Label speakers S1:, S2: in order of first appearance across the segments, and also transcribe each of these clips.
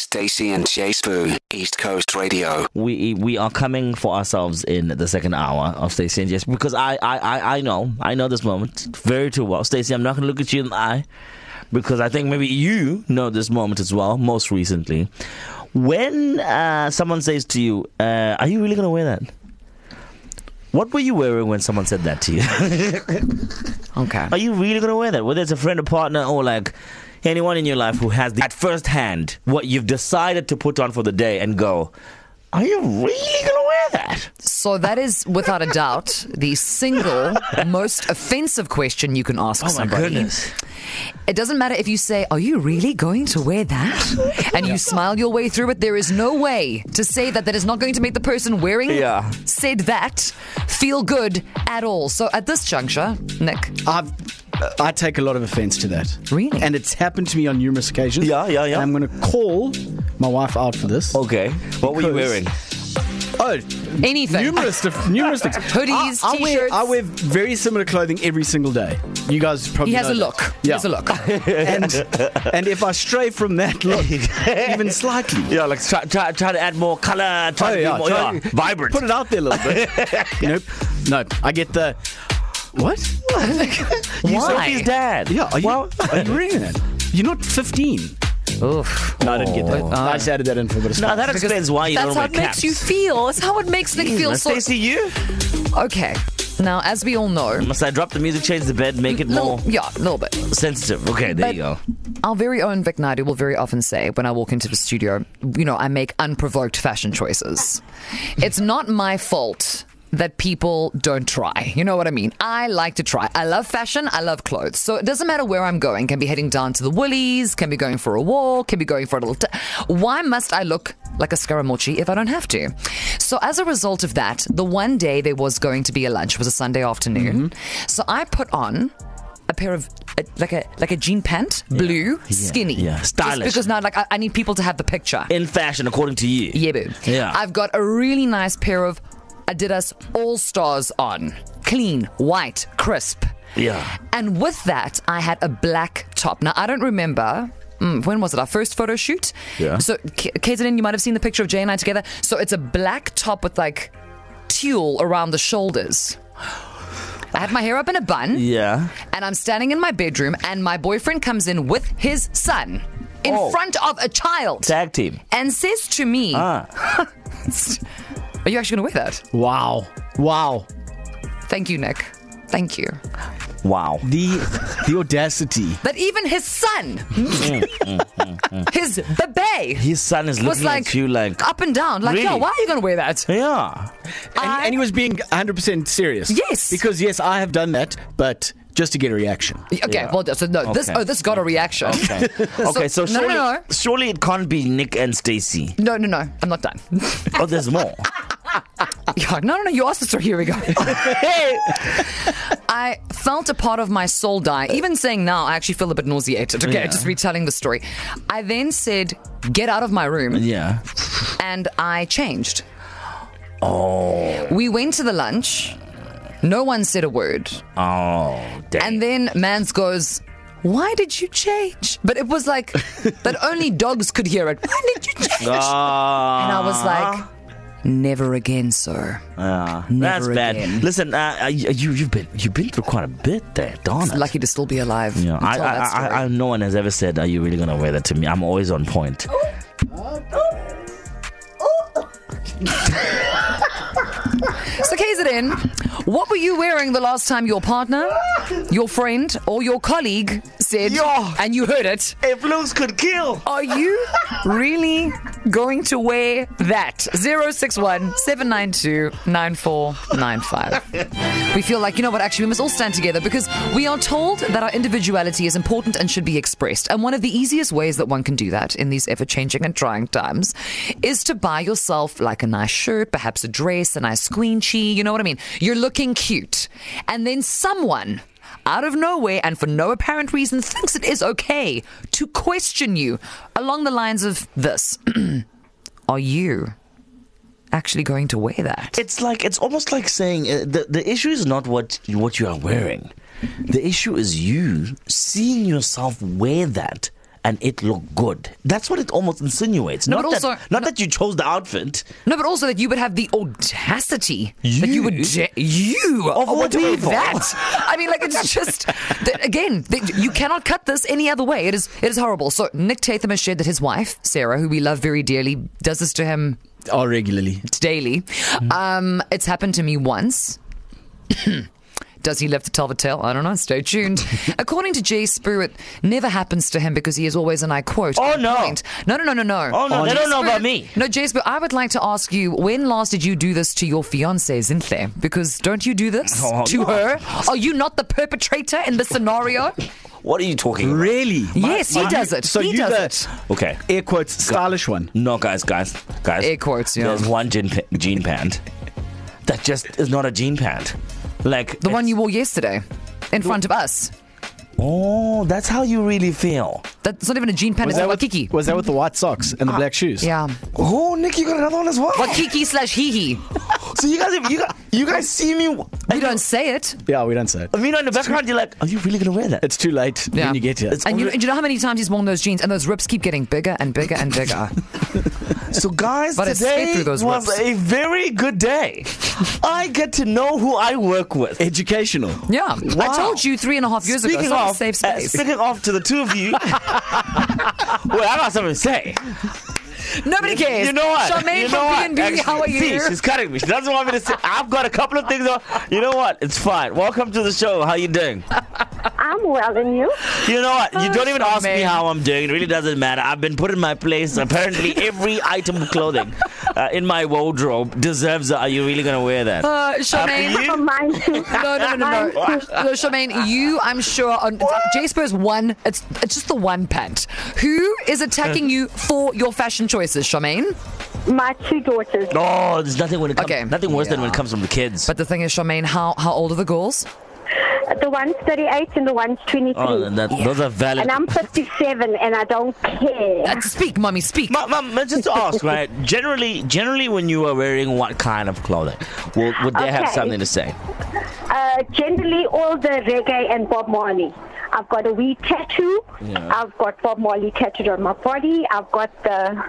S1: Stacy and Jay Spoon, East Coast Radio.
S2: we we are coming for ourselves in the second hour of Stacey and Jess because I, I, I, I know I know this moment very too well. Stacey, I'm not going to look at you in the eye because I think maybe you know this moment as well. Most recently, when uh, someone says to you, uh, "Are you really going to wear that?" What were you wearing when someone said that to you?
S3: Okay.
S2: Are you really gonna wear that? Whether it's a friend, a partner, or like anyone in your life who has the, at first hand what you've decided to put on for the day and go, are you really gonna wear that?
S3: So that is, without a doubt, the single most offensive question you can
S2: Oh
S3: ask somebody. It doesn't matter if you say, Are you really going to wear that? And you smile your way through it. There is no way to say that that is not going to make the person wearing
S2: Yeah.
S3: said that feel good at all. So at this juncture, Nick,
S4: I've, uh, I take a lot of offense to that.
S3: Really?
S4: And it's happened to me on numerous occasions.
S2: Yeah, yeah, yeah.
S4: And I'm going to call my wife out for this.
S2: Okay. What were you
S4: Because-
S2: wearing?
S4: Oh,
S3: anything.
S4: numerous, dif- numerous things.
S3: Hoodies,
S4: I, I wear,
S3: t-shirts.
S4: I wear very similar clothing every single day. You guys probably
S3: He has
S4: know
S3: a
S4: that.
S3: look. He has a look.
S4: and and if I stray from that look even slightly,
S2: Yeah, like try, try, try to add more color, try
S4: Oh,
S2: to
S4: yeah,
S2: be more
S4: try-
S2: yeah, vibrant.
S4: Put it out there a little bit. nope, nope. I get the what?
S3: Why?
S2: Sophie's dad.
S4: Yeah, are you,
S2: Well-
S4: are you reading that? You're not 15.
S3: Oof.
S4: No, I didn't get that.
S3: Oh.
S4: I just added that in for a bit of
S2: No,
S4: fun.
S2: that explains why you
S3: That's
S2: don't
S3: how
S2: wear
S3: it makes
S2: caps. Hmm,
S3: you feel. It's how it makes Nick feel so.
S2: Stacey, you?
S3: Okay. Now, as we all know,
S2: Must I drop the music, change the bed, make it more
S3: little, yeah, a little bit.
S2: sensitive? Okay, there you go.
S3: Our very own Vic Naidu will very often say when I walk into the studio, you know, I make unprovoked fashion choices. It's not my fault that people don't try. You know what I mean? I like to try. I love fashion, I love clothes. So it doesn't matter where I'm going. Can be heading down to the Woolies, can be going for a walk, can be going for a little t- Why must I look like a Scaramucci if I don't have to? So as a result of that, the one day there was going to be a lunch was a Sunday afternoon. So I put on a pair of uh, like a like a jean pant, blue, skinny,
S2: yeah.
S3: Just
S2: Stylish.
S3: because now, like, I, I need people to have the picture.
S2: In fashion, according to you.
S3: yeah, boo.
S2: Yeah.
S3: I've got a really nice pair of Adidas All Stars on, clean, white, crisp.
S2: Yeah.
S3: And with that, I had a black top. Now, I don't remember. mm, when was it? Our first photo shoot?
S2: Yeah.
S3: So, K- KZN, you might have seen the picture of Jay and I together. So, it's a black top with like tulle around the shoulders. I had my hair up in a bun
S2: Yeah.
S3: and I'm standing in my bedroom, and my boyfriend comes in with his son in
S2: Oh.
S3: front of a child
S2: Tag team.
S3: and says to me,
S2: Ah.
S3: Are you actually going to wear that?
S4: Wow, wow.
S3: Thank you, Nick. Thank you.
S2: Wow.
S4: The the audacity.
S3: But even his son, his babe,
S2: His son is
S3: was
S2: looking
S3: like,
S2: at you like,
S3: up and down, like,
S2: Really?
S3: Yo, why are you going to wear that?
S2: yeah.
S4: And,
S3: I-
S4: and he was being 100% serious.
S3: Yes.
S4: Because, yes, I have done that, but just to get a reaction.
S3: Okay, well, so no, this
S2: Okay.
S3: oh, this got a reaction.
S2: Okay. okay. So,
S3: So- no,
S2: surely,
S3: no, no.
S2: surely it can't be Nick and Stacy.
S3: No, no, no, I'm not done.
S2: Oh, there's more.
S3: Yeah, no, no, no, you asked us, so here we go. I felt a part of my soul die. Even saying now, I actually feel a bit nauseated. Okay,
S2: Yeah.
S3: just retelling the story. I then said, "Get out of my room,"
S2: yeah.
S3: and I changed. Oh. We went to the lunch. No one said a word,
S2: Oh, damn.
S3: and then Mans goes. Why did you change? But it was like that only dogs could hear it. Why did you change? and I was like, never again, sir.
S2: Ah, that's
S3: never
S2: bad.
S3: again.
S2: Listen, uh, uh, you you've been you've been through quite a bit there, darn it.
S3: Lucky to still be alive.
S2: yeah, I,
S3: Tell
S2: I,
S3: that
S2: I,
S3: story.
S2: I, I, no one has ever said, "Are you really gonna wear that to me?" I'm always on point.
S3: So KZN, what were you wearing the last time your partner, your friend, or your colleague said,
S2: Yeah.
S3: and you heard it?
S2: If looks could kill,
S3: Are you really going to wear that? 061 792 9495. We feel like, you know what, actually, we must all stand together because we are told that our individuality is important and should be expressed. And one of the easiest ways that one can do that in these ever changing and trying times is to buy yourself like a nice shirt, perhaps a dress, a nice squeegee, you know what I mean? You're looking cute. And then someone out of nowhere and for no apparent reason thinks it is okay to question you along the lines of this Are you actually going to wear that?
S2: it's like it's almost like saying uh, the the issue is not what what you are wearing. The issue is you seeing yourself wear that and it looked good. That's what it almost insinuates.
S3: No,
S2: not
S3: but
S2: that,
S3: also-
S2: not that you chose the outfit.
S3: No, but also that you would have the audacity that you would
S2: You?
S3: ja- you
S2: Of all
S3: believe
S2: people.
S3: that. I mean, like it's just that, again, that you cannot cut this any other way. It is it is horrible. So Nick Tatham has shared that his wife Sarah, who we love very dearly, does this to him
S4: Oh, regularly.
S3: daily.
S2: Mm-hmm.
S3: Um, it's happened to me once. Does he live to tell the tale? I don't know. Stay tuned. According to Jay Spru, it never happens to him because he is always, and I quote,
S2: Oh,
S3: on
S2: no.
S3: point. No, no, no, no, no.
S2: Oh, no, they don't know about me.
S3: No, Jasper, I would like to ask you when last did you do this to your fiancee, Zintle? Because don't you do this
S2: Oh,
S3: to
S2: no.
S3: her? Are you not the perpetrator in this scenario?
S2: What are you talking about?
S4: Really?
S3: yes, he does it.
S4: So
S3: he
S4: you
S3: does
S4: the
S3: it.
S2: Okay.
S4: air quotes stylish one.
S2: No, guys, guys, guys.
S3: Air quotes, yeah.
S2: There's one jean, pa- jean pant that just is not a jean pant. Like
S3: The one you wore yesterday in front of us.
S2: Oh, that's how you really feel.
S3: That's not even a jean pant, it's a
S4: with,
S3: wakiki.
S4: was that with the white socks and the black shoes?
S3: Ah, Yeah.
S2: Oh, Nick, you got another one as well.
S3: Wakiki slash hee hee.
S2: So you guys, you guys, you guys see me.
S3: You don't say it.
S4: Yeah, we don't say it.
S2: I mean, in the background, you're like, are you really gonna wear that?
S4: It's too late
S3: Yeah.
S4: when you get here.
S2: It's-
S3: And you,
S2: Only-
S3: and you know how many times he's worn those jeans, and those rips keep getting bigger and bigger and bigger.
S2: So, guys,
S3: But I stayed
S2: today
S3: through
S2: was
S3: those whips.
S2: a very good day. I get to know who I work with.
S4: educational.
S3: yeah,
S2: Wow.
S3: I told you three and a half years ago. It's
S2: Speaking
S3: not a
S2: off,
S3: safe
S2: uh,
S3: space.
S2: speaking off to the two of you, well, I got something to say.
S3: Nobody cares.
S2: You know what? you
S3: Charmaine
S2: know
S3: from
S2: what?
S3: B and B.
S2: Actually,
S3: How are you?
S2: See, she's cutting me. She doesn't want me to say. I've got a couple of things. On. You know what? It's fine. Welcome to the show. How you doing?
S5: I'm well, and you?
S2: You know what? You don't even ask me
S3: Charmaine.
S2: how I'm doing. It really doesn't matter. I've been put in my place. Apparently, every item of clothing uh, in my wardrobe deserves. A, are you really going to wear that?
S3: uh,
S2: After
S3: Charmaine.
S2: you?
S5: Oh, mine too.
S3: No, no, no, no, no.
S5: Mine too.
S3: no Charmaine, you, I'm sure, on uh, Jasper's one, it's, it's just the one pant. Who is
S2: Uh.
S3: attacking you for your fashion choices, Charmaine?
S5: My two daughters.
S2: No, there's nothing when it comes.
S3: Okay.
S2: Nothing worse than when it
S3: Yeah.
S2: comes from the kids.
S3: But the thing is, Charmaine, how, how old are the girls?
S5: The one's 38 and the one's 23.
S2: oh, that, those are valid.
S5: and I'm 57 and I don't care.
S3: Uh, speak, mommy, speak.
S2: Mum, mum, let's just ask, right? Generally, generally, when you are wearing what kind of clothing, would, would they have
S5: Okay.
S2: something to say?
S5: Uh, generally, all the reggae and Bob Marley. I've got a wee tattoo.
S2: Yeah.
S5: I've got Bob Marley tattooed on my body. I've got the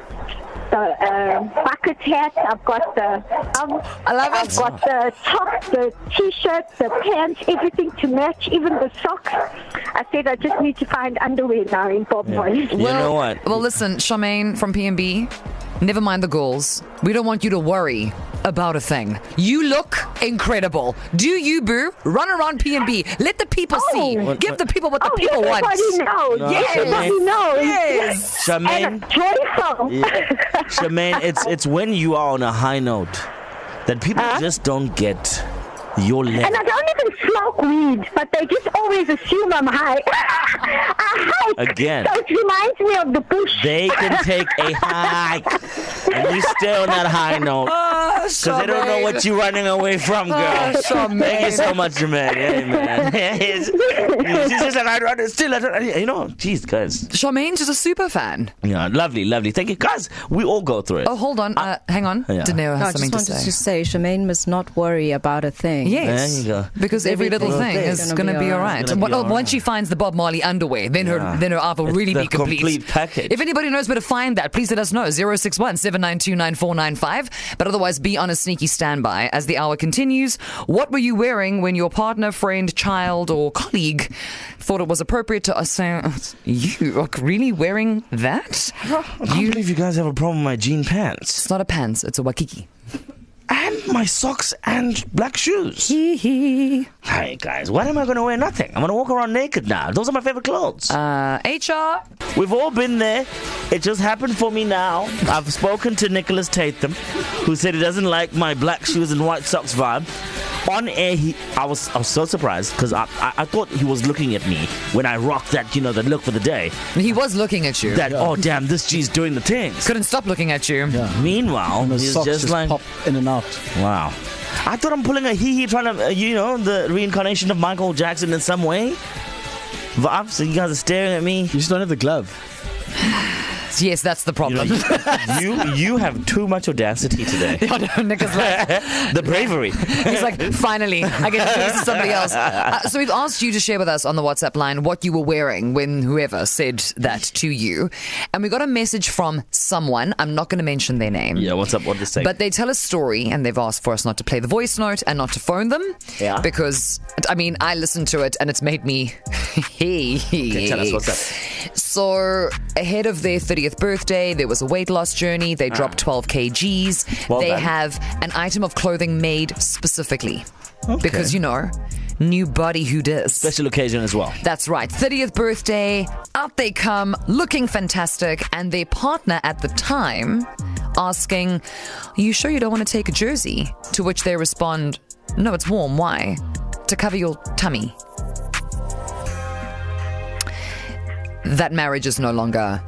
S5: the uh, bucket hat. I've got the I've,
S3: I love it.
S5: I've got the top, the t-shirt, the pants, everything to match, even the socks. I said I just need to find underwear now in Bob Marley.
S2: You know what?
S3: Well, listen, Charmaine from P&B, never mind the goals. We don't want you to worry about a thing. You look incredible. Do you, boo? Run around P&B. Let the people see.
S5: Oh.
S3: Give the people what the
S5: Oh,
S3: people want.
S5: everybody knows.
S2: No,
S5: yes, everybody
S2: Charmaine.
S5: knows.
S3: Yes.
S5: And
S2: Charmaine,
S5: joyful.
S2: Charmaine, it's it's when you are on a high note that people just don't get your
S5: And
S2: level.
S5: I don't even smoke weed, but they just always assume I'm high. I hike.
S2: Again.
S5: So it reminds me of the bush.
S2: They can take a hike, and you stay on that high note
S3: Ah,
S2: because they don't know what you're running away from, girl.
S3: Oh, Charmaine.
S2: Thank you so much, Jermaine. Hey, man. She's just like, I don't understand. I don't, you know, jeez, guys.
S3: Charmaine's just a super fan.
S2: Yeah, lovely, lovely. Thank you. Guys, we all go through it.
S3: Oh, hold on. Uh, hang on.
S2: Ah. Yeah.
S3: Dinero
S6: No, I
S3: has
S6: just
S3: something to
S6: wanted
S3: say.
S6: to say, Charmaine must not worry about a thing.
S3: Yes.
S2: There you go.
S3: Because every little
S6: Everything
S3: thing
S6: is
S3: is going
S6: gonna
S3: to
S6: be
S3: be all
S6: all
S3: right.
S2: It's gonna
S3: Well,
S2: be all
S3: once she finds the Bob Marley underwear, then her then her art will
S2: It's
S3: really
S2: the
S3: be complete.
S2: complete package.
S3: If anybody knows where to find that, please let us know. 061 792 9495. But otherwise, be on a sneaky standby as the hour continues. What were you wearing when your partner, friend, child, or colleague thought it was appropriate to us say, You are really wearing that?
S2: I can't believe you guys have a problem with my jean pants
S3: It's not a pants, it's a wakiki.
S2: and my socks and black shoes. Hey guys, what am I gonna wear? Nothing. I'm gonna walk around naked now. Those are my favorite clothes.
S3: Uh, HR.
S2: We've all been there. It just happened for me now. I've spoken to Nicholas Tatham, who said he doesn't like my black shoes and white socks vibe. On air, he, I was I was so surprised because I, I I thought he was looking at me when I rocked that you know the look for the day.
S3: He was looking at you.
S2: That oh damn, this G's doing the things.
S3: Couldn't stop looking at you.
S2: Meanwhile,
S4: The
S2: he's
S4: socks
S2: just, like
S4: pop in and out.
S2: Wow. I thought I'm pulling a hee hee, trying to, uh, you know, the reincarnation of Michael Jackson in some way. But obviously, you guys are staring at me.
S4: You just don't have the glove.
S3: Yes, that's the
S2: You, know, you
S3: problem.
S2: you have too much audacity today.
S3: Nick is like,
S2: the bravery.
S3: he's like, finally, I get to choose somebody else. Uh, so we've asked you to share with us on the WhatsApp line what you were wearing when whoever said that to you, and we got a message from someone. I'm not going to mention their name.
S2: Yeah, what's up? What this thing?
S3: But they tell a story and they've asked for us not to play the voice note and not to phone them.
S2: Yeah.
S3: Because, I mean, I listened to it and it's made me. hey.
S2: tell us what's up.
S3: So, ahead of their 30th birthday, there was a weight loss journey. They dropped 12 kgs.
S2: Ah. Well
S3: they
S2: done.
S3: have an item of clothing made specifically. Because, you know, new body who does.
S2: special occasion as well.
S3: That's right. 30th birthday. Out they come, looking fantastic. And their partner at the time asking, Are you sure you don't want to take a jersey? To which they respond, No, it's warm. Why? To cover your tummy. That marriage is no longer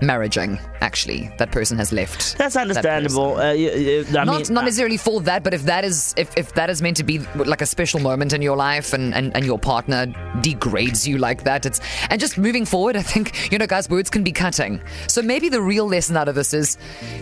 S3: marriaging, actually. That person has left.
S2: That's
S3: that
S2: understandable.
S3: person.
S2: uh, y- y- I
S3: not
S2: mean, uh,
S3: not necessarily for that, but if that is if, if that is meant to be like a special moment in your life and, and, and your partner degrades you like that, it's and just moving forward, I think, you know, guys, words can be cutting. So maybe the real lesson out of this is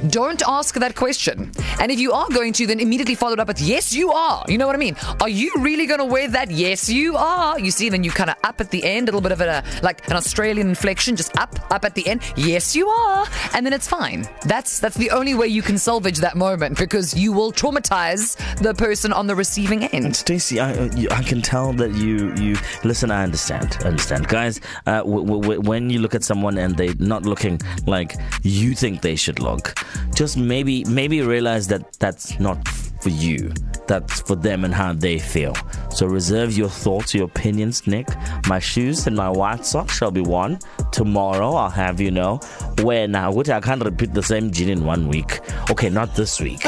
S3: don't ask that question. And if you are going to, then immediately follow it up with yes you are. You know what I mean? Are you really gonna wear that? Yes you are. You see, then you kinda up at the end, a little bit of a like an Australian inflection, just up, up at the end. Yes you are, and then it's fine. That's that's the only way you can salvage that moment because you will traumatize the person on the receiving end.
S2: Stacey, I, uh, you- I can tell that you, you listen. I understand, I understand, guys. Uh, w- w- w- when you look at someone and they're not looking like you think they should look, just maybe maybe realize that that's not for you. That's for them and how they feel. So reserve your thoughts, your opinions, Nick. My shoes and my white socks shall be worn tomorrow. I'll have you know where now. Which I can't repeat the same gin in one week. Okay, not this week.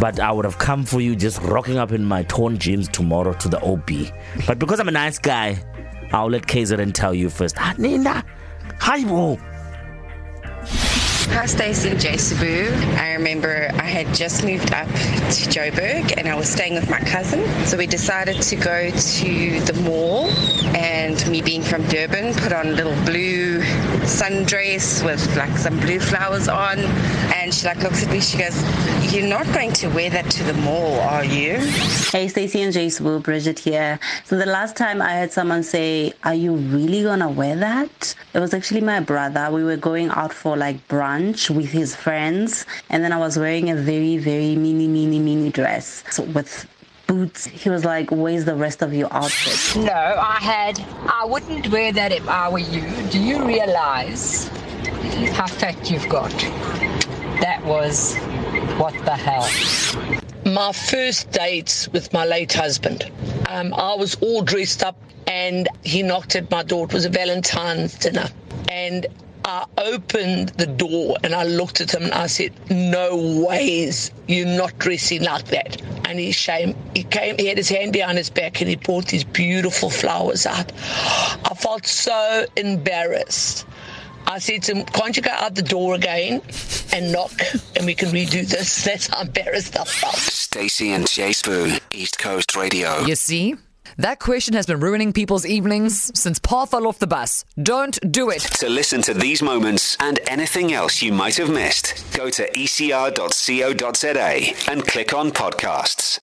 S2: But I would have come for you just rocking up in my torn jeans tomorrow to the OB. But because I'm a nice guy, I'll let KZN tell you first. Ah, Nina, hi, bro.
S7: Hi Stacey and Jay Sabu. I remember I had just moved up to Joburg and I was staying with my cousin. So we decided to go to the mall and me being from Durban put on a little blue sundress with like some blue flowers on and she like looks at me, she goes, You're not going to wear that to the mall, are you?
S8: Hey, Stacey and Jace Boo, Bridget here. So the last time I heard someone say, "Are you really gonna wear that?" It was actually my brother. We were going out for like brunch with his friends, and then I was wearing a very, very mini, mini, mini dress so with boots. He was like, "Where's the rest of your outfit?"
S9: No, I had. I wouldn't wear that if I were you. Do you realize how fat you've got? That was. What the hell?
S10: my first dates with my late husband. Um, I was all dressed up and he knocked at my door. It was a Valentine's dinner. And I opened the door and I looked at him and I said, No ways, you're not dressing like that. And he shame he came he had his hand behind his back and he brought these beautiful flowers out. I felt so embarrassed. I said to him, Can't you go out the door again and knock and we can redo this? That's how embarrassed I felt.
S1: Stacy and Jay Spoon, East Coast Radio.
S3: You see? That question has been ruining people's evenings since Paul fell off the bus. Don't do it.
S1: To listen to these moments and anything else E you might have missed, go to ecr.co.za and click on podcasts.